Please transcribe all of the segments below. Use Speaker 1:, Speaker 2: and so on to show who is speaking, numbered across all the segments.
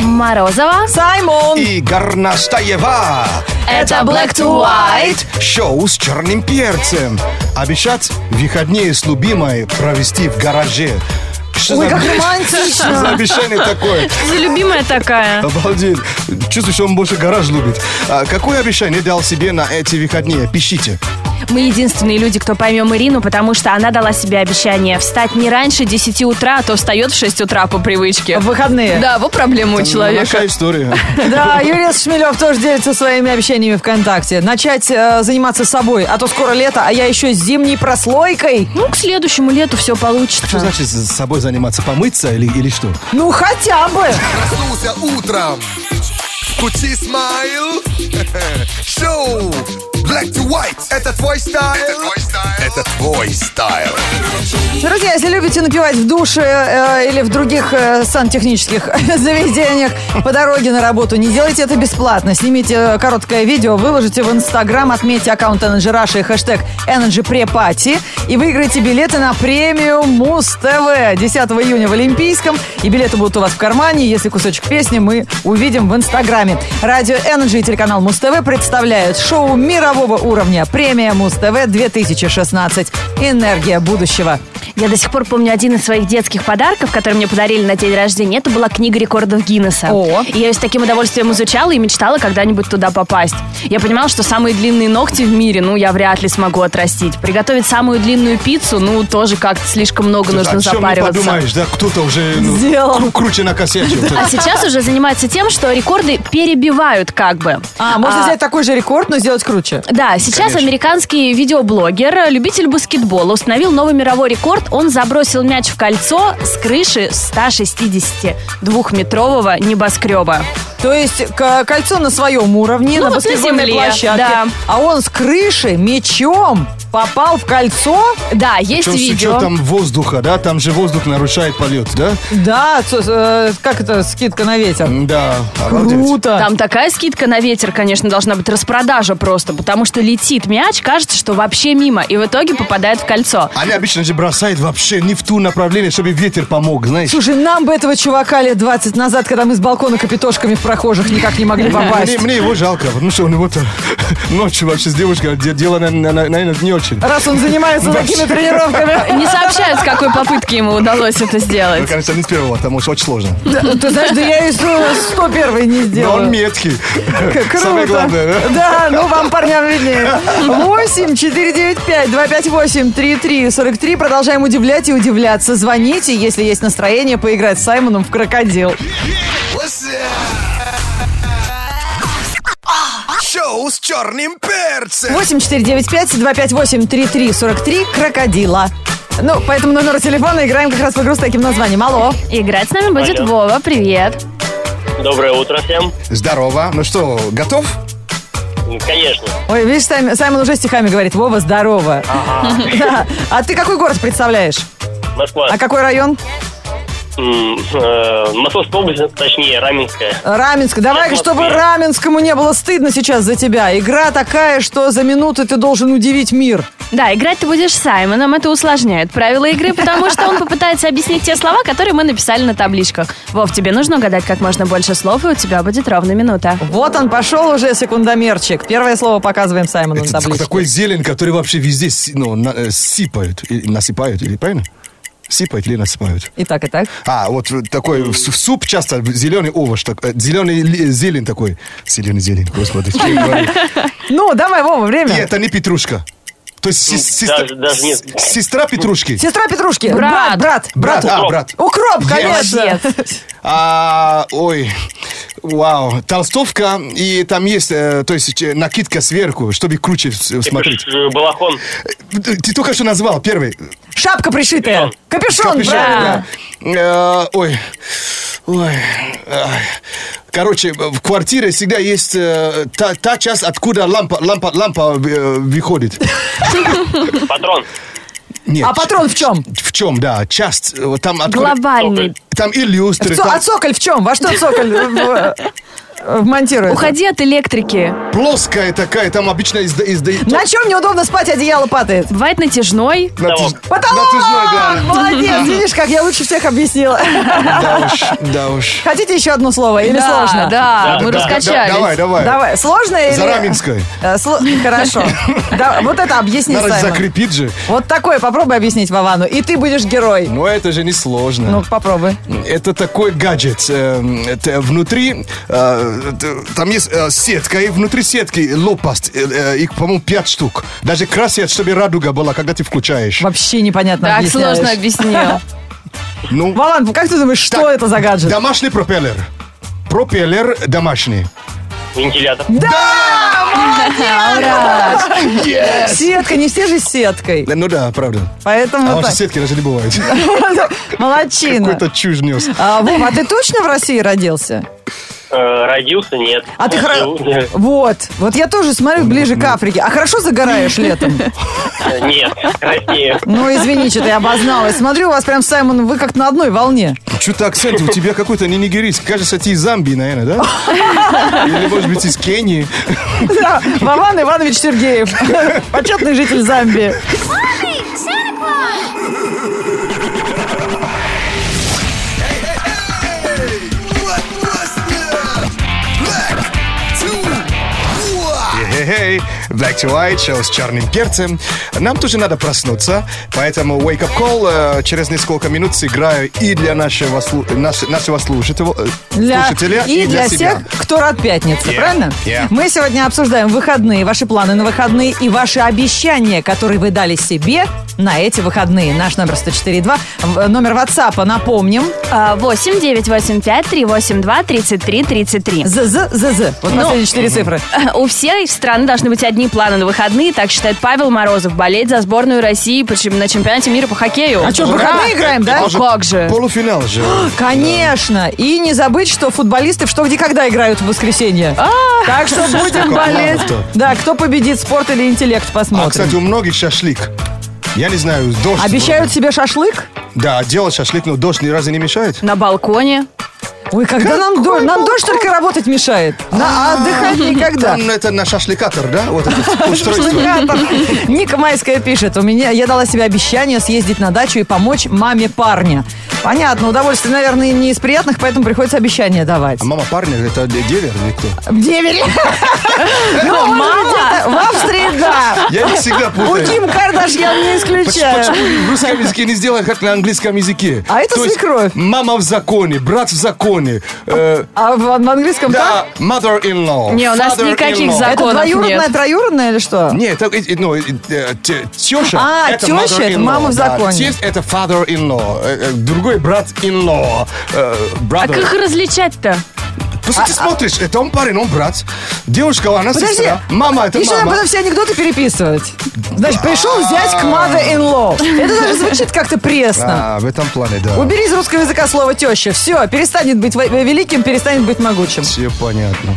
Speaker 1: Морозова.
Speaker 2: Саймон!
Speaker 3: И Горнастаева.
Speaker 1: Это Black to White.
Speaker 3: Шоу с черным перцем. Обещать выходные с любимой провести в гараже. Что
Speaker 2: Ой,
Speaker 3: за
Speaker 2: как
Speaker 3: бред? Что за
Speaker 2: романтично!
Speaker 3: обещание такое?
Speaker 1: Ты любимая такая.
Speaker 3: Обалдеть. Чувствуешь, он больше гараж любит. А какое обещание дал себе на эти выходные? Пишите.
Speaker 1: Мы единственные люди, кто поймем Ирину, потому что она дала себе обещание встать не раньше 10 утра, а то встает в 6 утра по привычке.
Speaker 2: В выходные.
Speaker 1: Да, вот проблема у человека.
Speaker 3: Наша история.
Speaker 2: Да, Юлия Шмелев тоже делится своими обещаниями ВКонтакте. Начать э, заниматься собой, а то скоро лето, а я еще с зимней прослойкой.
Speaker 1: Ну, к следующему лету все получится.
Speaker 3: Что значит с собой заниматься? Помыться или, или что?
Speaker 2: Ну, хотя бы.
Speaker 4: Проснулся утром. Кучи смайл. Шоу. Black to white. Это твой стайл. Это твой стайл. Это твой стайл.
Speaker 2: Друзья, если любите напивать в душе э, или в других э, сантехнических заведениях по дороге на работу, не делайте это бесплатно. Снимите э, короткое видео, выложите в Инстаграм, отметьте аккаунт Energy Russia и хэштег Energy Prepati и выиграйте билеты на премию Муз ТВ 10 июня в Олимпийском. И билеты будут у вас в кармане. Если кусочек песни мы увидим в Инстаграме. Радио Energy и телеканал Муз ТВ представляют шоу мирового уровня «Премия Муз ТВ 2016. Энергия будущего».
Speaker 1: Я до сих пор помню один из своих детских подарков, который мне подарили на день рождения. Это была книга рекордов Гиннесса.
Speaker 2: О.
Speaker 1: И я ее с таким удовольствием изучала и мечтала когда-нибудь туда попасть. Я понимала, что самые длинные ногти в мире, ну, я вряд ли смогу отрастить. Приготовить самую длинную пиццу, ну, тоже как-то слишком много
Speaker 2: а
Speaker 1: нужно
Speaker 3: О чем не
Speaker 1: запариваться.
Speaker 3: подумаешь, да? Кто-то уже ну,
Speaker 2: Сделал.
Speaker 3: кру- круче накосячил.
Speaker 1: А сейчас уже занимается тем, что рекорды перебивают как бы.
Speaker 2: А, можно взять такой же рекорд, но сделать круче.
Speaker 1: Да, сейчас
Speaker 3: Конечно.
Speaker 1: американский видеоблогер, э, любитель баскетбола, установил новый мировой рекорд. Он забросил мяч в кольцо с крыши 162-метрового небоскреба.
Speaker 2: То есть к- кольцо на своем уровне,
Speaker 1: Ну,
Speaker 2: на
Speaker 1: вот на
Speaker 2: баскетбольной
Speaker 1: земле,
Speaker 2: площадке.
Speaker 1: да.
Speaker 2: А он с крыши мечом попал в кольцо.
Speaker 1: Да, есть
Speaker 3: Причем с
Speaker 1: видео.
Speaker 3: учетом воздуха, да? Там же воздух нарушает полет, да?
Speaker 2: Да, ц- э, как это, скидка на ветер.
Speaker 3: Да, обалдеть.
Speaker 2: Круто.
Speaker 1: Там такая скидка на ветер, конечно, должна быть распродажа просто, потому что летит мяч, кажется, что вообще мимо, и в итоге попадает в кольцо.
Speaker 3: Они обычно же бросают вообще не в ту направление, чтобы ветер помог, знаешь.
Speaker 2: Слушай, нам бы этого чувака лет 20 назад, когда мы с балкона капитошками в прохожих никак не могли попасть.
Speaker 3: Мне, мне его жалко, потому что у него-то ночью вообще с девушкой а де- дело, на- на- на- наверное, не очень.
Speaker 2: Раз он занимается такими тренировками.
Speaker 1: Не сообщают, с какой попытки ему удалось это
Speaker 3: Ну,
Speaker 1: сделать.
Speaker 3: конечно, не с первого, потому что очень сложно.
Speaker 2: Да, Ты знаешь, да я и с- 101 не
Speaker 3: Но
Speaker 2: сделаю.
Speaker 3: он меткий.
Speaker 2: Круто.
Speaker 3: Самое главное, да?
Speaker 2: Да, ну вам, парням, виднее. 8 495 258 3343. Продолжаем удивлять и удивляться. Звоните, если есть настроение поиграть с Саймоном в крокодил.
Speaker 4: What's up? Шоу с черным перцем.
Speaker 2: 8 495 258 3343. Крокодила. Ну, по этому номеру телефона играем как раз в игру с таким названием. Алло.
Speaker 3: Ну,
Speaker 1: Играть с нами будет
Speaker 5: Алло.
Speaker 1: Вова, привет.
Speaker 5: Доброе утро всем.
Speaker 3: Здорово. Ну что, готов?
Speaker 5: Ну, Конечно.
Speaker 2: Ой, видишь, Сайм- Саймон уже стихами говорит. Вова, здорово. Да. А ты какой город представляешь?
Speaker 5: Москва.
Speaker 2: А какой район?
Speaker 5: М, э, Московская область, точнее, Раменская.
Speaker 2: Раменск. Давай,
Speaker 5: Я в
Speaker 2: чтобы
Speaker 5: Москве.
Speaker 2: Раменскому не было стыдно сейчас за тебя. Игра такая, что за минуты ты должен удивить мир.
Speaker 1: Да, играть ты будешь с Саймоном, это усложняет правила игры, потому что он попытается объяснить те слова, которые мы написали на табличках. Вов, тебе нужно угадать как можно больше слов, и у тебя будет ровно минута.
Speaker 2: Вот он пошел уже, секундомерчик. Первое слово показываем Саймону на
Speaker 3: Это
Speaker 2: табличке.
Speaker 3: такой зелень, который вообще везде си- ну, на- э, сипают. Или насыпают, или правильно? Сипают или насыпают.
Speaker 2: И так, и так.
Speaker 3: А, вот такой в су- в суп часто зеленый овощ, так, э, зеленый ли- зелень такой. Зеленый зелень, господи. что я говорю.
Speaker 2: Ну, давай, Вова,
Speaker 3: И
Speaker 2: время.
Speaker 3: это не петрушка. То есть сес- сестра,
Speaker 5: Даже- даже не-
Speaker 3: с- сестра петрушки.
Speaker 2: Сестра Петрушки.
Speaker 1: Брат.
Speaker 2: Брат.
Speaker 3: Брат,
Speaker 2: Брат.
Speaker 3: а,
Speaker 5: Укроп.
Speaker 3: брат.
Speaker 2: Укроп,
Speaker 3: Yes.
Speaker 2: конечно.
Speaker 3: А, ой, вау, толстовка, и там есть, э, то есть э, накидка сверху, чтобы круче с- смотреть.
Speaker 5: Э, Балахон.
Speaker 3: Ты только что назвал первый.
Speaker 2: Шапка пришитая. Капюшон,
Speaker 3: Капюшон,
Speaker 2: брат.
Speaker 3: да. Э, Ой. Ой. Ай. Короче, в квартире всегда есть э, та, та часть, откуда лампа, лампа, лампа э, выходит.
Speaker 5: Патрон.
Speaker 3: Нет.
Speaker 2: А патрон в чем?
Speaker 3: В чем, да, часть. э, вот Там, откуда-
Speaker 1: Глобальный.
Speaker 3: там и люстры.
Speaker 2: В со-
Speaker 3: там-
Speaker 2: А цоколь э, в чем? Во что цоколь? В- э, вмонтируется.
Speaker 1: Уходи от электрики.
Speaker 3: Плоская такая, там обычно из... из, из
Speaker 2: На чем неудобно спать, одеяло падает?
Speaker 1: Бывает натяжной.
Speaker 3: натяж-
Speaker 2: Потолок!
Speaker 3: натяжной, Ну, да.
Speaker 2: Молодец, видишь, как я лучше всех объяснила.
Speaker 3: Да уж, да уж.
Speaker 2: Хотите еще одно слово или
Speaker 1: Да,
Speaker 2: сложно?
Speaker 1: Да, мы
Speaker 3: Да, да,
Speaker 1: раскачались.
Speaker 3: да, Давай, давай.
Speaker 2: Давай, сложно или...
Speaker 3: Зараменская.
Speaker 2: Э, сло- Хорошо. Да, Вот это объясни,
Speaker 3: Надо же
Speaker 2: Саймон.
Speaker 3: закрепить же.
Speaker 2: Вот такое попробуй объяснить Вовану, и ты будешь герой.
Speaker 3: Ну, это же не сложно.
Speaker 2: Ну, попробуй.
Speaker 3: Это такой гаджет. эм, это внутри э, т- там есть э, сетка, и внутри сетки лопасть. э, э, Их, по-моему, пять штук. Даже красят, чтобы радуга была, когда ты включаешь.
Speaker 2: Вообще непонятно
Speaker 1: Так
Speaker 2: объясняешь.
Speaker 1: сложно объяснил.
Speaker 3: Ну,
Speaker 2: Вован, как ты думаешь, что
Speaker 3: Так.
Speaker 2: это за гаджет?
Speaker 3: домашний пропеллер. Пропеллер домашний.
Speaker 5: Вентилятор.
Speaker 2: Сетка, не все же с сеткой.
Speaker 3: Да, Ну да, правда.
Speaker 2: Поэтому
Speaker 3: А
Speaker 2: так.
Speaker 3: ваши сетки даже не бывает.
Speaker 2: Молодчина.
Speaker 3: Какой-то чушь нес.
Speaker 2: А, Вов, а ты точно в России родился?
Speaker 5: Э, родился? Нет.
Speaker 2: А ты
Speaker 5: Жил?
Speaker 2: хоро...
Speaker 5: Нет.
Speaker 2: Вот, вот я тоже смотрю
Speaker 3: Ну,
Speaker 2: ближе к Африке. А хорошо загораешь летом?
Speaker 5: Нет, краснее.
Speaker 2: Ну, извини, что-то я обозналась. Смотрю, у вас прям, Саймон, вы как на одной волне.
Speaker 3: Что-то акцент у тебя какой-то не нигерийский. Кажется, ты из Замбии, наверное, да? Или, может быть, из Кении.
Speaker 2: Да, Вован Иванович Сергеев, почетный житель Замбии.
Speaker 4: What was that? Black to white.
Speaker 3: Эй, Black to White, шоу с черным перцем. Нам тоже надо проснуться, поэтому Wake Up Call э, через несколько минут сыграю и для нашего, слу- наш- нашего слушателя, э,
Speaker 2: Для-
Speaker 3: слушателя,
Speaker 2: и, для,
Speaker 3: себя.
Speaker 2: всех, кто рад пятнице,
Speaker 3: Yeah,
Speaker 2: правильно?
Speaker 3: yeah.
Speaker 2: Мы сегодня обсуждаем выходные, ваши планы на выходные и ваши обещания, которые вы дали себе на эти выходные. Наш номер 104.2, в- э, номер WhatsApp, напомним,
Speaker 1: А, 8 9 8 5 3 8 2 33 33.
Speaker 2: ЗЗЗЗ, вот последние четыре цифры.
Speaker 1: У всей страны должны быть одни планы на выходные, так считает Павел Морозов. Болеть за сборную России почему- на чемпионате мира по хоккею.
Speaker 2: А что, в выходные играем, да?
Speaker 1: Это же как же?
Speaker 3: Полуфинал же. А,
Speaker 2: Конечно. И не забыть, что футболисты в что где когда играют в воскресенье. Так что будем
Speaker 3: Сколько
Speaker 2: болеть.
Speaker 3: планов-то?
Speaker 2: Да, кто победит, спорт или интеллект,
Speaker 3: А, кстати,
Speaker 2: посмотрим.
Speaker 3: у многих шашлык. Я не знаю, дождь.
Speaker 2: Обещают себе шашлык?
Speaker 3: Да, делать шашлык, но дождь ни разу не мешает.
Speaker 1: На балконе.
Speaker 2: Ой, когда нам дождь? Нам дождь только работать мешает. На- а отдыхать никогда.
Speaker 3: Там это на шашликатор, да? Вот это устройство.
Speaker 2: Шашлыкатор. Ника Майская пишет, у меня, я дала себе обещание съездить на дачу и помочь маме парня. Понятно, удовольствие, наверное, не из приятных, поэтому приходится обещание давать.
Speaker 3: А мама парня, это девер или кто?
Speaker 2: В Девере. Ну, может, где-то В Австрии, да.
Speaker 3: Я их всегда
Speaker 2: У
Speaker 3: путаю.
Speaker 2: Ким Кардашьян не исключаю.
Speaker 3: Почему в русском языке Ну, не сделать, как на английском языке?
Speaker 2: А это
Speaker 3: То есть
Speaker 2: свекровь.
Speaker 3: мама в законе, брат в законе. э,
Speaker 2: А в, в английском
Speaker 3: да, mother-in-law.
Speaker 1: Не, у нас
Speaker 3: father-in-law.
Speaker 1: никаких
Speaker 2: так?
Speaker 1: законов. Законов
Speaker 2: Это двоюродная,
Speaker 1: нет.
Speaker 2: троюродная или что?
Speaker 3: Нет, это, э, ну, э, э, те- тёща.
Speaker 2: А,
Speaker 3: это
Speaker 2: тёща, это
Speaker 3: mother-in-law,
Speaker 2: мама в
Speaker 3: да.
Speaker 2: законе.
Speaker 3: Тесть это father-in-law. э, э, Другой брат-in-law. э,
Speaker 1: А как а,
Speaker 3: brother.
Speaker 1: их различать-то?
Speaker 3: Просто ты смотришь, это он парень, он брат. Девушка, она
Speaker 2: Подожди.
Speaker 3: сестра. Мама, это
Speaker 2: Еще надо
Speaker 3: мама.
Speaker 2: потом все анекдоты переписывать. Значит, пришел взять к mother-in-law. Это даже звучит как-то пресно.
Speaker 3: А, в этом плане, да.
Speaker 2: Убери из русского языка слово теща. Все, перестанет быть во- великим, перестанет быть могучим.
Speaker 3: Все понятно.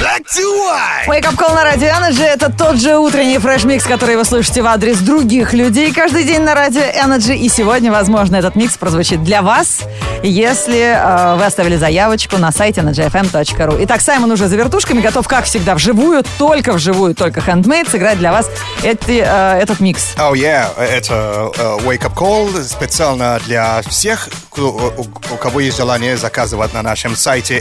Speaker 4: Black to white.
Speaker 2: Wake Up Call на радио Energy – это тот же утренний фреш-микс, который вы слышите в адрес других людей каждый день на радио Energy. И сегодня, возможно, этот микс прозвучит для вас, если э, вы оставили заявочку на сайте energyfm.ru. Итак, Саймон уже за вертушками, готов, как всегда, вживую, только вживую, только хендмейд, сыграть для вас эти, э, этот микс.
Speaker 3: Oh yeah, это э, Wake Up Call специально для всех, кто- у, у кого есть желание заказывать на нашем сайте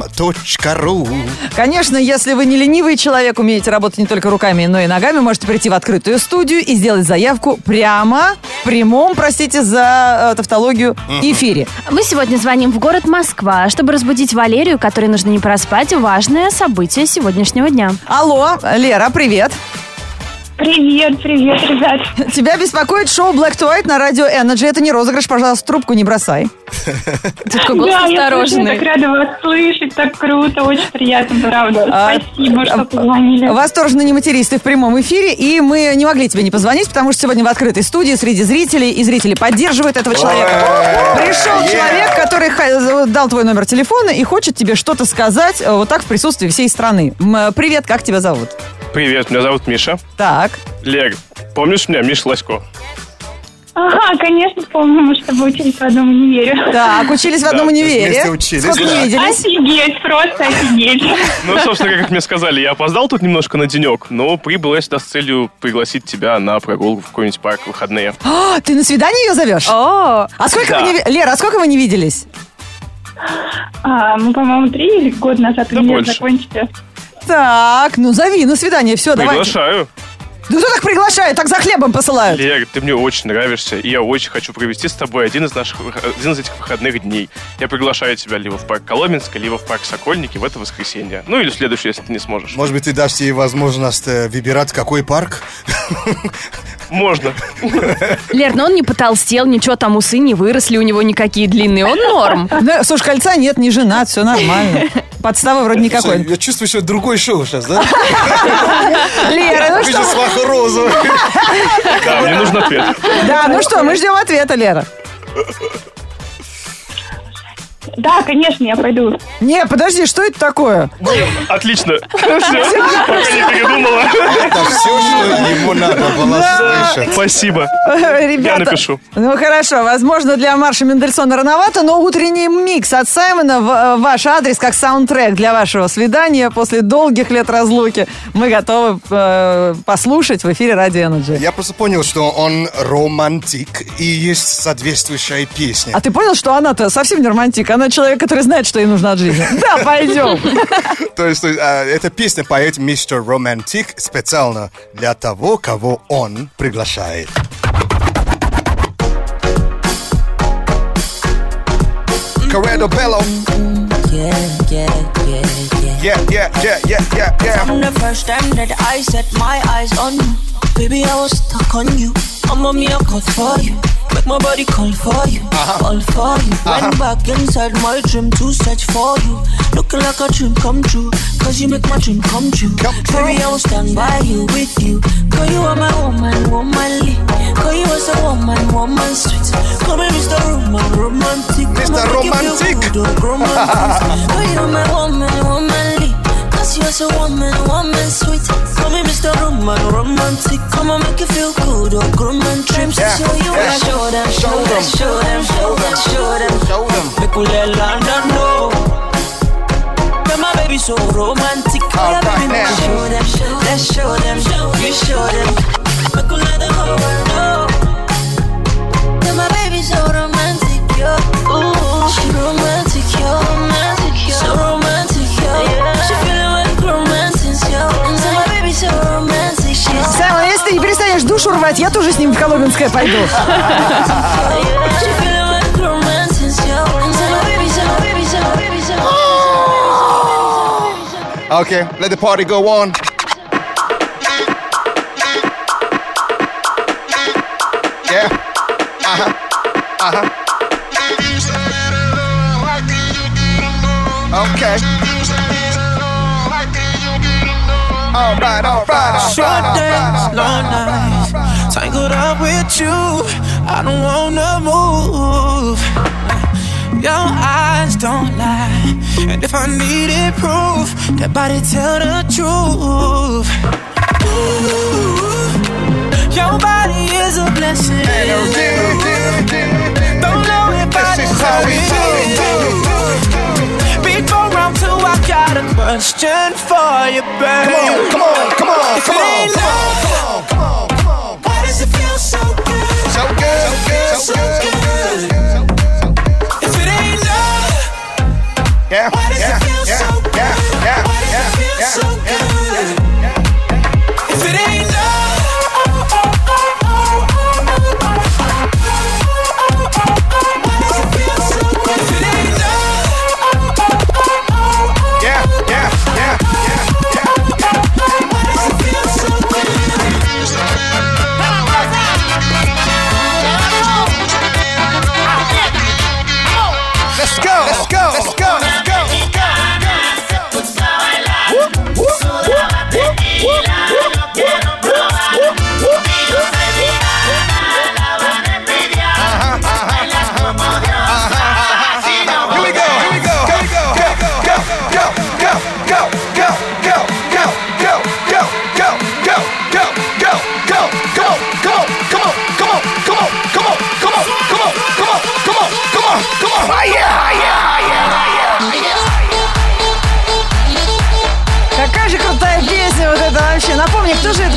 Speaker 3: energyfm.ru.
Speaker 2: Конечно, если вы не ленивый человек, умеете работать не только руками, но и ногами, можете прийти в открытую студию и сделать заявку прямо в прямом, простите за э, тавтологию, эфире.
Speaker 1: Мы сегодня звоним в город Москва, чтобы разбудить Валерию, которой нужно не проспать важное событие сегодняшнего дня.
Speaker 2: Алло, Лера, привет.
Speaker 6: Привет, привет, ребят.
Speaker 2: Тебя беспокоит шоу Black to White на радио Energy. Это не розыгрыш, пожалуйста, трубку не бросай.
Speaker 1: Тут какой голос
Speaker 6: да, я слышу, я
Speaker 1: осторожный.
Speaker 6: так рада вас слышать, так круто, очень приятно, правда.
Speaker 2: А,
Speaker 6: Спасибо,
Speaker 2: а,
Speaker 6: что позвонили.
Speaker 2: Восторженные нематеристы в прямом эфире, и мы не могли тебе не позвонить, потому что сегодня в открытой студии среди зрителей, и зрители поддерживают этого человека. Пришел человек, который ха- дал твой номер телефона и хочет тебе что-то сказать э, вот так в присутствии всей страны. М, э, Привет, как тебя зовут?
Speaker 7: Привет, меня зовут Миша.
Speaker 2: Так,
Speaker 7: Лег, помнишь меня, Миша Лосько?
Speaker 8: Ага, конечно, по-моему, чтобы учились в одном универе.
Speaker 2: Так, учились в одном универе.
Speaker 3: вместе учились,
Speaker 2: Сколько
Speaker 3: да.
Speaker 2: не виделись?
Speaker 8: Офигеть, просто офигеть.
Speaker 7: Ну, собственно, как мне сказали, я опоздал тут немножко на денек, но прибыл я сюда с целью пригласить тебя на прогулку в какой-нибудь парк в выходные.
Speaker 2: А, ты на свидание ее зовешь?
Speaker 1: О,
Speaker 2: А сколько вы
Speaker 7: Да.
Speaker 2: не... ви- Лера, а сколько вы не виделись?
Speaker 8: А, мы, по-моему, три или год назад
Speaker 7: Да
Speaker 8: универ
Speaker 7: больше.
Speaker 8: закончили.
Speaker 2: Так, ну зови на свидание, все, давай.
Speaker 7: Приглашаю.
Speaker 2: Да кто так приглашает, так за хлебом посылают.
Speaker 7: Лер, ты мне очень нравишься, и я очень хочу провести с тобой один из наших вых- один из этих выходных дней. Я приглашаю тебя либо в парк Коломенска, либо в парк Сокольники в это воскресенье. Ну или в следующее, если ты не сможешь.
Speaker 3: Может быть, ты дашь ей возможность э, выбирать, какой парк?
Speaker 7: Можно.
Speaker 1: Лер, но он не потолстел, ничего там усы не выросли у него никакие длинные, он норм.
Speaker 2: Ну, слушай, кольца нет, не женат, все нормально. Подставы вроде
Speaker 3: Слушай,
Speaker 2: никакой.
Speaker 3: Я чувствую, что другой шоу сейчас, да?
Speaker 2: Лера, ну
Speaker 3: Ты же
Speaker 2: что?
Speaker 3: сваха розовый.
Speaker 7: Да, мне нужен ответ.
Speaker 2: Да, ну что, мы ждем ответа, Лера.
Speaker 8: Да, конечно, я пойду.
Speaker 2: Не, подожди, что это такое?
Speaker 7: Отлично. Все, пока не передумала.
Speaker 3: Это все, что ему надо было слышать.
Speaker 7: Спасибо.
Speaker 2: Ребята,
Speaker 7: напишу.
Speaker 2: Ну хорошо, возможно, для Марша Мендельсона рановато, но утренний микс от Саймона в э, ваш адрес как саундтрек для вашего свидания после долгих лет разлуки. Мы готовы э, послушать в эфире Радио Energy.
Speaker 3: Я просто понял, что он романтик и есть соответствующая песня.
Speaker 2: А ты понял, что она-то совсем не романтик, она человек, который знает, что ей нужно от жизни. Да, пойдем.
Speaker 3: То есть, то есть, а, эта песня поет мистер Романтик специально для того, кого он приглашает. Corrado Bello.
Speaker 9: Yeah, yeah, yeah, yeah.
Speaker 3: Yeah, yeah, yeah, yeah, yeah, yeah.
Speaker 9: From the first time that I set my eyes on you, baby, I was stuck on you. I'm a miracle for you. Make my body call for you,
Speaker 3: Uh-huh.
Speaker 9: fall for you. Went back inside my dream to search for you. Looking like a dream come true, cause you make my dream come true.
Speaker 3: Come true.
Speaker 9: Baby, I will stand by you with you. Cause you are my woman, womanly. Cause you are a woman, woman sweet. Come here, Mr. Roman, romantic.
Speaker 3: Mr.
Speaker 9: I'ma make you feel
Speaker 3: Romantic.
Speaker 9: good, oh, romantic. Cause you are my woman, womanly. Cause you're so woman, woman sweet. Call me Mr. Roman, romantic. Come on, make you feel good. Or groom and trims.
Speaker 3: Yeah,
Speaker 9: Show you
Speaker 3: yeah.
Speaker 9: I show them,
Speaker 3: Show
Speaker 9: show them,
Speaker 3: them.
Speaker 9: show them, show them, show them.
Speaker 3: Show them.
Speaker 9: Make we let London know. But my baby so romantic.
Speaker 3: All
Speaker 9: Yeah,
Speaker 3: right,
Speaker 9: baby,
Speaker 3: now.
Speaker 9: show them, let's show them, you show them. Make we let the whole world know. Yeah, my baby so romantic, yo. Ooh, she romantic, yo. Romantic, yo. So romantic, yo. Mm-hmm. She feeling like romance, yo. So my baby so romantic, she's so,
Speaker 2: Саймон, ну, если ты не перестанешь душу рвать, я тоже с ним в Коломенское пойду.
Speaker 9: yeah. She feeling like romance, yo. So my baby so, baby so, baby so. Oh. baby so, baby so, baby so, baby so.
Speaker 3: Okay, let the party go on. Yeah. Uh-huh. Uh-huh. Okay. All right, all right, all
Speaker 9: Short
Speaker 3: right, all right.
Speaker 9: days, long nights, tangled up with you. I don't wanna move. Your eyes don't lie, and if I needed proof, that body tell the truth. Ooh, your body is a blessing. Don't know if I
Speaker 3: This is how we do it, do it, do it.
Speaker 9: before round two, I got a question for you, baby.
Speaker 3: Come on, come on, come on, come on, come on, come on, come on, come on.
Speaker 9: Why does it feel so good?
Speaker 3: So good, so good, so good.
Speaker 9: If it ain't love,
Speaker 3: Yeah,
Speaker 9: why does
Speaker 3: yeah,
Speaker 9: it feel
Speaker 3: yeah,
Speaker 9: so good?
Speaker 3: yeah, yeah,
Speaker 9: why does it
Speaker 3: yeah,
Speaker 9: feel
Speaker 3: yeah,
Speaker 9: so good? If it ain't love. Why does it feel so good? If it ain't love.
Speaker 3: yeah, yeah, yeah, yeah, yeah.
Speaker 9: Why does it feel so good?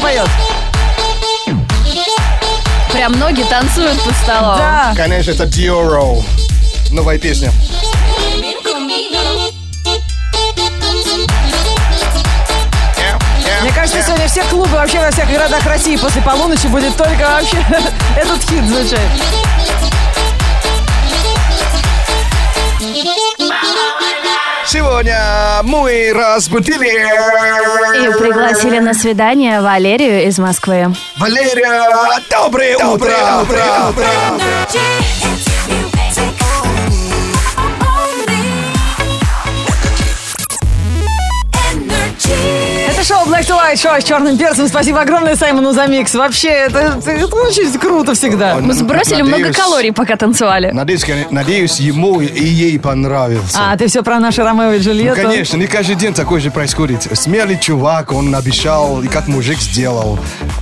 Speaker 2: поет.
Speaker 1: Прям ноги танцуют под столом.
Speaker 2: Да.
Speaker 3: Конечно, это Диоро. Новая песня.
Speaker 2: Мне кажется, сегодня все клубы вообще во всех городах России после полуночи будет только вообще этот хит звучать.
Speaker 3: Сегодня мы разбудили
Speaker 1: И пригласили на свидание Валерию из Москвы.
Speaker 3: Валерия. Доброе, утро. утро, утро.
Speaker 2: Это шоу Black to White, шоу с черным перцем. Спасибо огромное Саймону за микс. Вообще, это, это очень круто всегда.
Speaker 1: Мы сбросили много
Speaker 3: Надеюсь.
Speaker 1: калорий, пока танцевали.
Speaker 3: Надеюсь, кон- надеюсь, ему и ей понравился. Ну,
Speaker 2: А, ты все про наши Ромео и Джульетту?
Speaker 3: Конечно, не каждый день такое же происходит. Смелый чувак, он обещал, и как мужик сделал.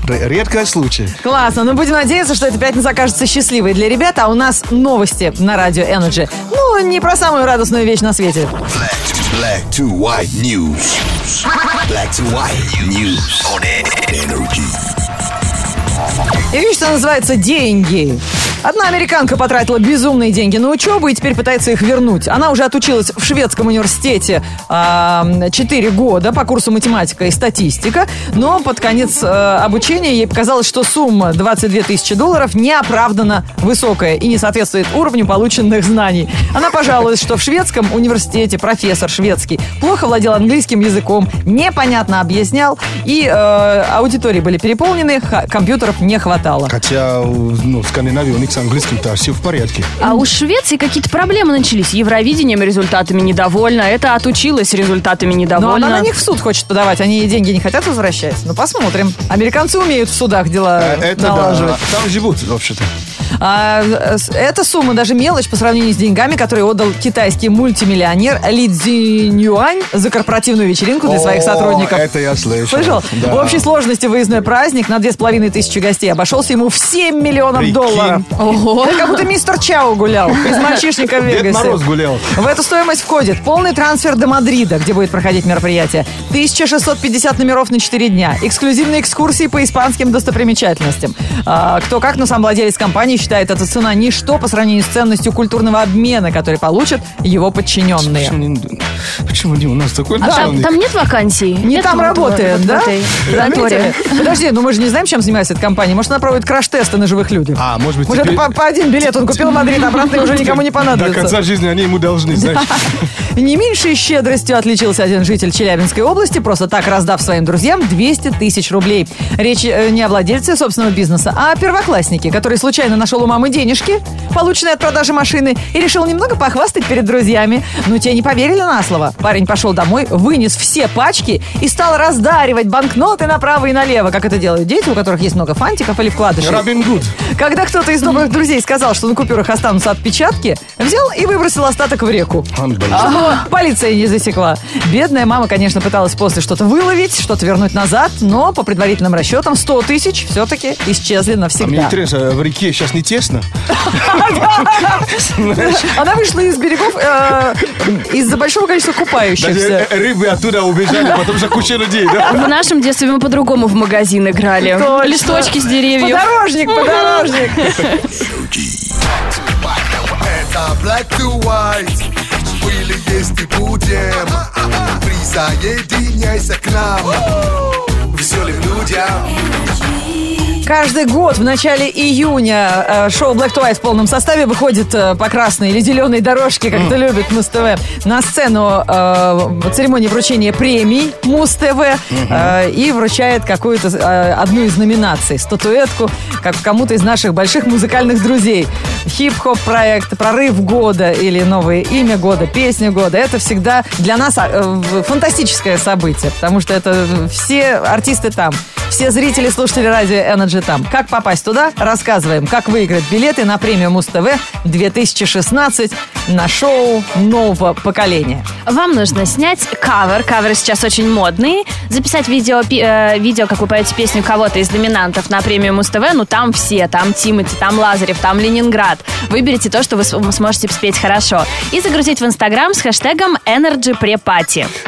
Speaker 3: Р- Редкий случай.
Speaker 2: Классно. Ну, будем надеяться, что эта пятница окажется счастливой для ребят. А у нас новости на радио Energy. Ну, не про самую радостную вещь на свете.
Speaker 4: Black to white news. Black to white news on energy.
Speaker 2: И вещь, что называется деньги. Одна американка потратила безумные деньги на учебу и теперь пытается их вернуть. Она уже отучилась в шведском университете а, 4 года по курсу математика и статистика, но под конец э, обучения ей показалось, что сумма 22 тысячи долларов неоправданно высокая и не соответствует уровню полученных знаний. Она пожаловалась, что в шведском университете профессор шведский плохо владел английским языком, непонятно объяснял, и э, аудитории были переполнены, ха- компьютеров не хватало.
Speaker 3: Хотя у- ну, в Скандинавии у них с английским-то все в порядке.
Speaker 1: А у Швеции какие-то проблемы начались. Евровидением результатами недовольна. Это отучилась результатами
Speaker 2: Но
Speaker 1: недовольна.
Speaker 2: она на них в суд хочет подавать, они ей деньги не хотят возвращать. Ну, посмотрим. Американцы умеют в судах дела
Speaker 3: Э, Это
Speaker 2: налаживать.
Speaker 3: да. Там живут, вообще-то.
Speaker 2: А, э, с- эта сумма даже мелочь по сравнению с деньгами, которые отдал китайский мультимиллионер Ли Цзиньюань за корпоративную вечеринку для своих
Speaker 3: О,
Speaker 2: сотрудников.
Speaker 3: Это я слышал.
Speaker 2: Слышал?
Speaker 3: Да.
Speaker 2: В общей сложности выездной праздник на 2500 гостей обошелся ему в 7 миллионов
Speaker 3: Прикинь.
Speaker 2: долларов.
Speaker 1: Ого.
Speaker 2: Как будто мистер Чао гулял из мальчишника в
Speaker 3: Дед
Speaker 2: Вегасе.
Speaker 3: Мороз гулял.
Speaker 2: В эту стоимость входит полный трансфер до Мадрида, где будет проходить мероприятие, 1650 номеров на 4 дня, эксклюзивные экскурсии по испанским достопримечательностям. А, кто как, но сам владелец компании считает, эта цена ничто по сравнению с ценностью культурного обмена, который получат его подчиненные.
Speaker 3: Почему не- Почему не у нас такой
Speaker 1: А там, там нет вакансий?
Speaker 2: Не там работает, да? Заметили?
Speaker 1: Заметили?
Speaker 2: Подожди, ну мы же не знаем, чем занимается эта компания. Может, она проводит краш-тесты на живых людях.
Speaker 3: А, может быть,
Speaker 2: Может,
Speaker 3: теперь-
Speaker 2: это по, по один билет он купил в Мадрид, обратно и уже никому не
Speaker 3: До конца
Speaker 2: понадобится.
Speaker 3: жизни они ему должны, знаешь.
Speaker 2: Не меньшей щедростью отличился один житель Челябинской области, просто так раздав своим друзьям 200 тысяч рублей. Речь э, не о владельце собственного бизнеса, а о первокласснике, который случайно нашел у мамы денежки, полученные от продажи машины, и решил немного похвастать перед друзьями. Ну, те не поверили на слово. Парень пошел домой, вынес все пачки и стал раздаривать банкноты направо и налево, как это делают дети, у которых есть много фантиков или вкладышей.
Speaker 3: Робин Гуд.
Speaker 2: Когда кто-то из добрых друзей сказал, что на купюрах останутся отпечатки, взял и выбросил остаток в реку.
Speaker 3: Он был.
Speaker 2: Чтобы Полиция не засекла. Бедная мама, конечно, пыталась после что-то выловить, что-то вернуть назад, но по предварительным расчетам 100 тысяч все-таки исчезли
Speaker 3: А мне
Speaker 2: навсегда.
Speaker 3: интересно, в реке сейчас не тесно?
Speaker 2: Она вышла из берегов э, из-за большого количества
Speaker 3: Даже
Speaker 2: купающихся.
Speaker 3: э, рыбы оттуда убежали, потому что куча людей, да?
Speaker 1: В нашем детстве мы по-другому в магазин играли.
Speaker 2: Точно.
Speaker 1: Листочки с деревьев.
Speaker 2: Подорожник, подорожник.
Speaker 4: Это black to white. Были, есть и будем. Присоединяйся к нам. Веселым людям.
Speaker 2: Каждый год в начале июня э, шоу Black to White в полном составе выходит э, по красной или зеленой дорожке, как это любит Муз ТВ, на сцену э, церемонии вручения премий Муз ТВ э, и вручает какую-то э, одну из номинаций, статуэтку, как кому-то из наших больших музыкальных друзей. Хип-хоп проект, прорыв года или новое имя года, песня года. Это всегда для нас а, э, в- фантастическое событие, потому что это все артисты там. Все зрители, слушатели радио Energy там. Как попасть туда? Рассказываем, как выиграть билеты на премию Муз-ТВ 2016 на шоу нового поколения.
Speaker 1: Вам нужно снять кавер. Каверы сейчас очень модные. Записать видео, пи- э, видео, как вы поете песню кого-то из номинантов на премию Муз-ТВ. Ну, там все. Там Тимати, там Лазарев, там Ленинград. Выберите то, что вы с- сможете спеть хорошо. И загрузить в Инстаграм с хэштегом energy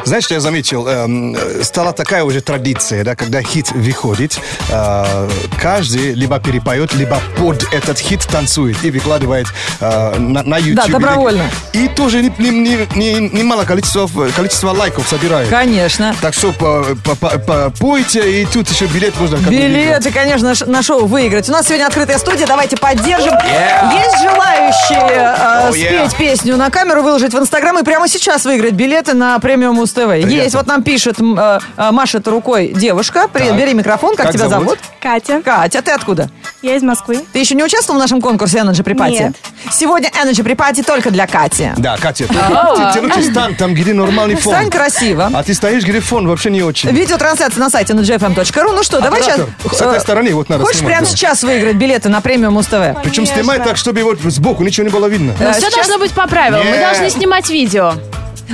Speaker 3: Знаешь, что я заметил? Эм, э, Стала такая уже традиция, да, когда хит вы- приходит, э, каждый либо перепоет, либо под этот хит танцует и выкладывает э, на, на YouTube.
Speaker 2: добровольно.
Speaker 3: И тоже не- не- не- не- немало количества, количества лайков собирает.
Speaker 2: Конечно.
Speaker 3: Так что по- по- по- по- пойте, и тут еще билет можно... как увидел.
Speaker 2: Билеты, конечно, ш- на шоу выиграть. У нас сегодня открытая студия, давайте поддержим. Есть желающие э,
Speaker 10: Oh, yeah.
Speaker 2: спеть песню на камеру, выложить в Инстаграм и прямо сейчас выиграть билеты на премиум УСТВ. Есть, вот нам пишет, м, э, э, машет рукой девушка. Привет,
Speaker 3: Так.
Speaker 2: бери микрофон, как,
Speaker 3: Как
Speaker 2: тебя
Speaker 3: зовут?
Speaker 2: зовут?
Speaker 8: Катя,
Speaker 2: Катя, ты откуда?
Speaker 8: я из Москвы.
Speaker 2: Ты еще не участвовал в нашем конкурсе Energy Припати?
Speaker 8: Нет.
Speaker 2: Сегодня Energy Припати только для Кати.
Speaker 3: Да, Катя, ты- ты ты лучше стань там, где нормальный фон.
Speaker 2: Стань красиво.
Speaker 3: А ты стоишь, где фон вообще не очень.
Speaker 2: Видеотрансляция на сайте energyfm.ru. Ну что, давай сейчас...
Speaker 3: Оператор, с этой стороны вот надо
Speaker 2: Хочешь
Speaker 3: снимать,
Speaker 2: прямо
Speaker 3: да.
Speaker 2: сейчас выиграть билеты на премиум УСТВ?
Speaker 3: Причем снимай так, чтобы вот сбоку ничего не было видно.
Speaker 1: Но
Speaker 2: Э,
Speaker 1: все
Speaker 2: сейчас-
Speaker 1: должно быть по правилам. Мы
Speaker 3: Нет.
Speaker 1: должны снимать видео.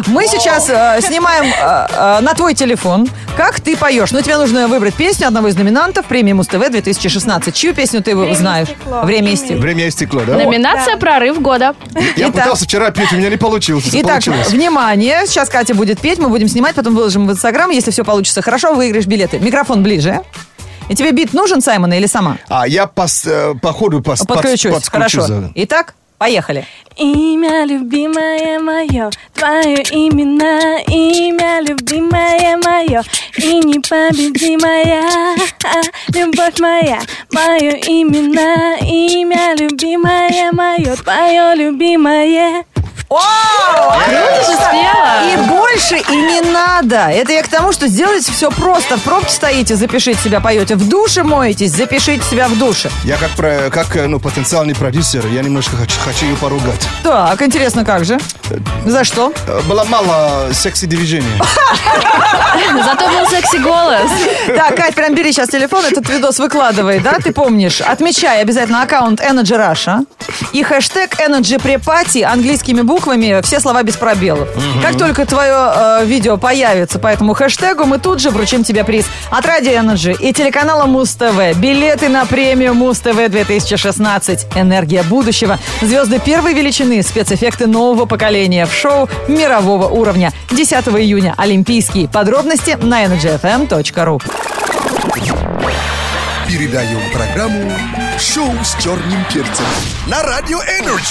Speaker 2: Мы сейчас э, снимаем э, э, на твой телефон, как ты поешь. Но тебе нужно выбрать песню одного из номинантов премии Муз-ТВ 2016. Чью песню ты
Speaker 8: «Время и
Speaker 2: знаешь?
Speaker 8: стекло».
Speaker 2: Время и стекло.
Speaker 3: Время и стекло, да?
Speaker 1: Номинация «Прорыв года».
Speaker 3: Я
Speaker 2: Итак.
Speaker 3: пытался вчера петь, у меня не получилось.
Speaker 2: Итак,
Speaker 3: Получилось.
Speaker 2: внимание, сейчас Катя будет петь, мы будем снимать, потом выложим в Инстаграм. Если все получится хорошо, выиграешь билеты. Микрофон ближе. И тебе бит нужен, Саймона, или сама?
Speaker 3: А я пос- э, по ходу пос- под-
Speaker 2: Подключусь.
Speaker 3: подскочу
Speaker 2: хорошо.
Speaker 3: за-
Speaker 2: Итак, поехали.
Speaker 8: Имя любимое мое, твое имена, имя любимое мое, и непобедимая а, любовь моя, мое имена, имя любимое мое, твое любимое.
Speaker 2: О! И больше и не надо. Это я к тому, что сделайте все просто. В пробке стоите, запишите себя, поете. В душе моетесь, запишите себя в душе.
Speaker 3: Я как, про- как э, ну, потенциальный продюсер, я немножко хочу, хочу ее поругать.
Speaker 2: Так, интересно, как же? За что?
Speaker 3: Э, Было мало секси-движений.
Speaker 1: Зато был секси-голос.
Speaker 2: Так, Кать, прям бери сейчас телефон, этот видос выкладывай, да, ты помнишь? Отмечай обязательно аккаунт Energy Russia и хэштег Energy Prepati английскими буквами, все слова без пробелов. Как только твое э, видео появится по этому хэштегу, мы тут же вручим тебе приз от Радио Energy и телеканала Муз-ТВ. Билеты на премию Муз-ТВ 2016. Энергия будущего. Звезды первой величины, спецэффекты нового поколения в шоу мирового уровня. 10 июня. Олимпийский. Подробности на energyfm.ru.
Speaker 4: Передаем программу «Шоу с черным перцем» на Радио Энерджи.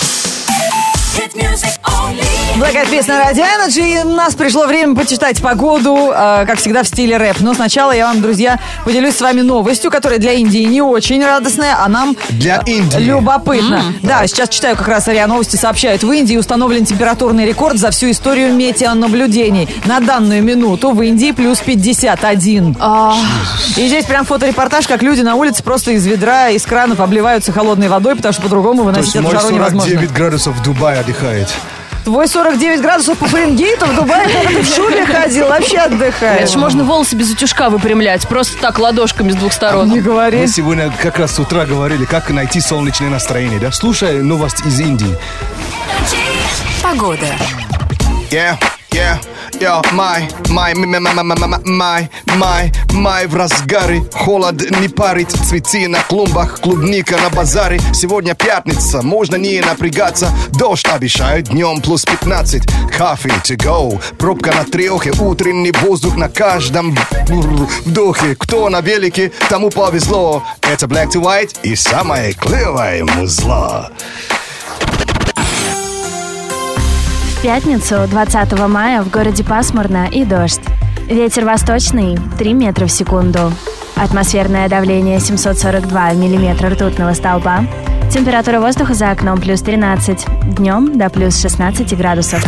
Speaker 9: Hit music only.
Speaker 2: Благоприсно Радио Energy. И у нас пришло время почитать погоду, э, как всегда, в стиле рэп. Но сначала я вам, друзья, поделюсь с вами новостью, которая для Индии не очень радостная, а нам
Speaker 3: Для Индии.
Speaker 2: Любопытно. Да, сейчас читаю как раз РИА Новости сообщают. В Индии установлен температурный рекорд за всю историю метеонаблюдений. На данную минуту в Индии плюс 51. И здесь прям фоторепортаж, как люди на улице просто из ведра, из кранов обливаются холодной водой, потому что по-другому
Speaker 3: То есть
Speaker 2: выносить эту
Speaker 3: мой
Speaker 2: жару невозможно.
Speaker 3: 49 градусов в Дубае отдыхает.
Speaker 2: Твой 49 градусов по Фаренгейту в Дубае, когда ты в шубе ходил, вообще
Speaker 1: Это
Speaker 2: отдыхаешь.
Speaker 1: ж можно волосы без утюжка выпрямлять. Просто так ладошками с двух
Speaker 2: Не
Speaker 1: сторон.
Speaker 2: говори.
Speaker 3: Мы сегодня как раз с утра говорили, как найти солнечное настроение, да? Слушай новость из Индии.
Speaker 9: Погода.
Speaker 3: Yeah, yeah, yo, май, май, май, май, май, май, май, май, май в разгаре, холод не парит, цветы на клумбах, клубника на базаре. Сегодня пятница, можно не напрягаться, дождь обещает днем плюс 15, кофе to go, пробка на трехе, утренний воздух на каждом вдохе. Кто на велике, тому повезло. Это Black to White и самое клевое музло.
Speaker 8: В пятницу, 20 мая, в городе пасмурно и дождь. Ветер восточный 3 метра в секунду. Атмосферное давление 742 миллиметра ртутного столба. Температура воздуха за окном плюс 13. Днем до плюс 16 градусов.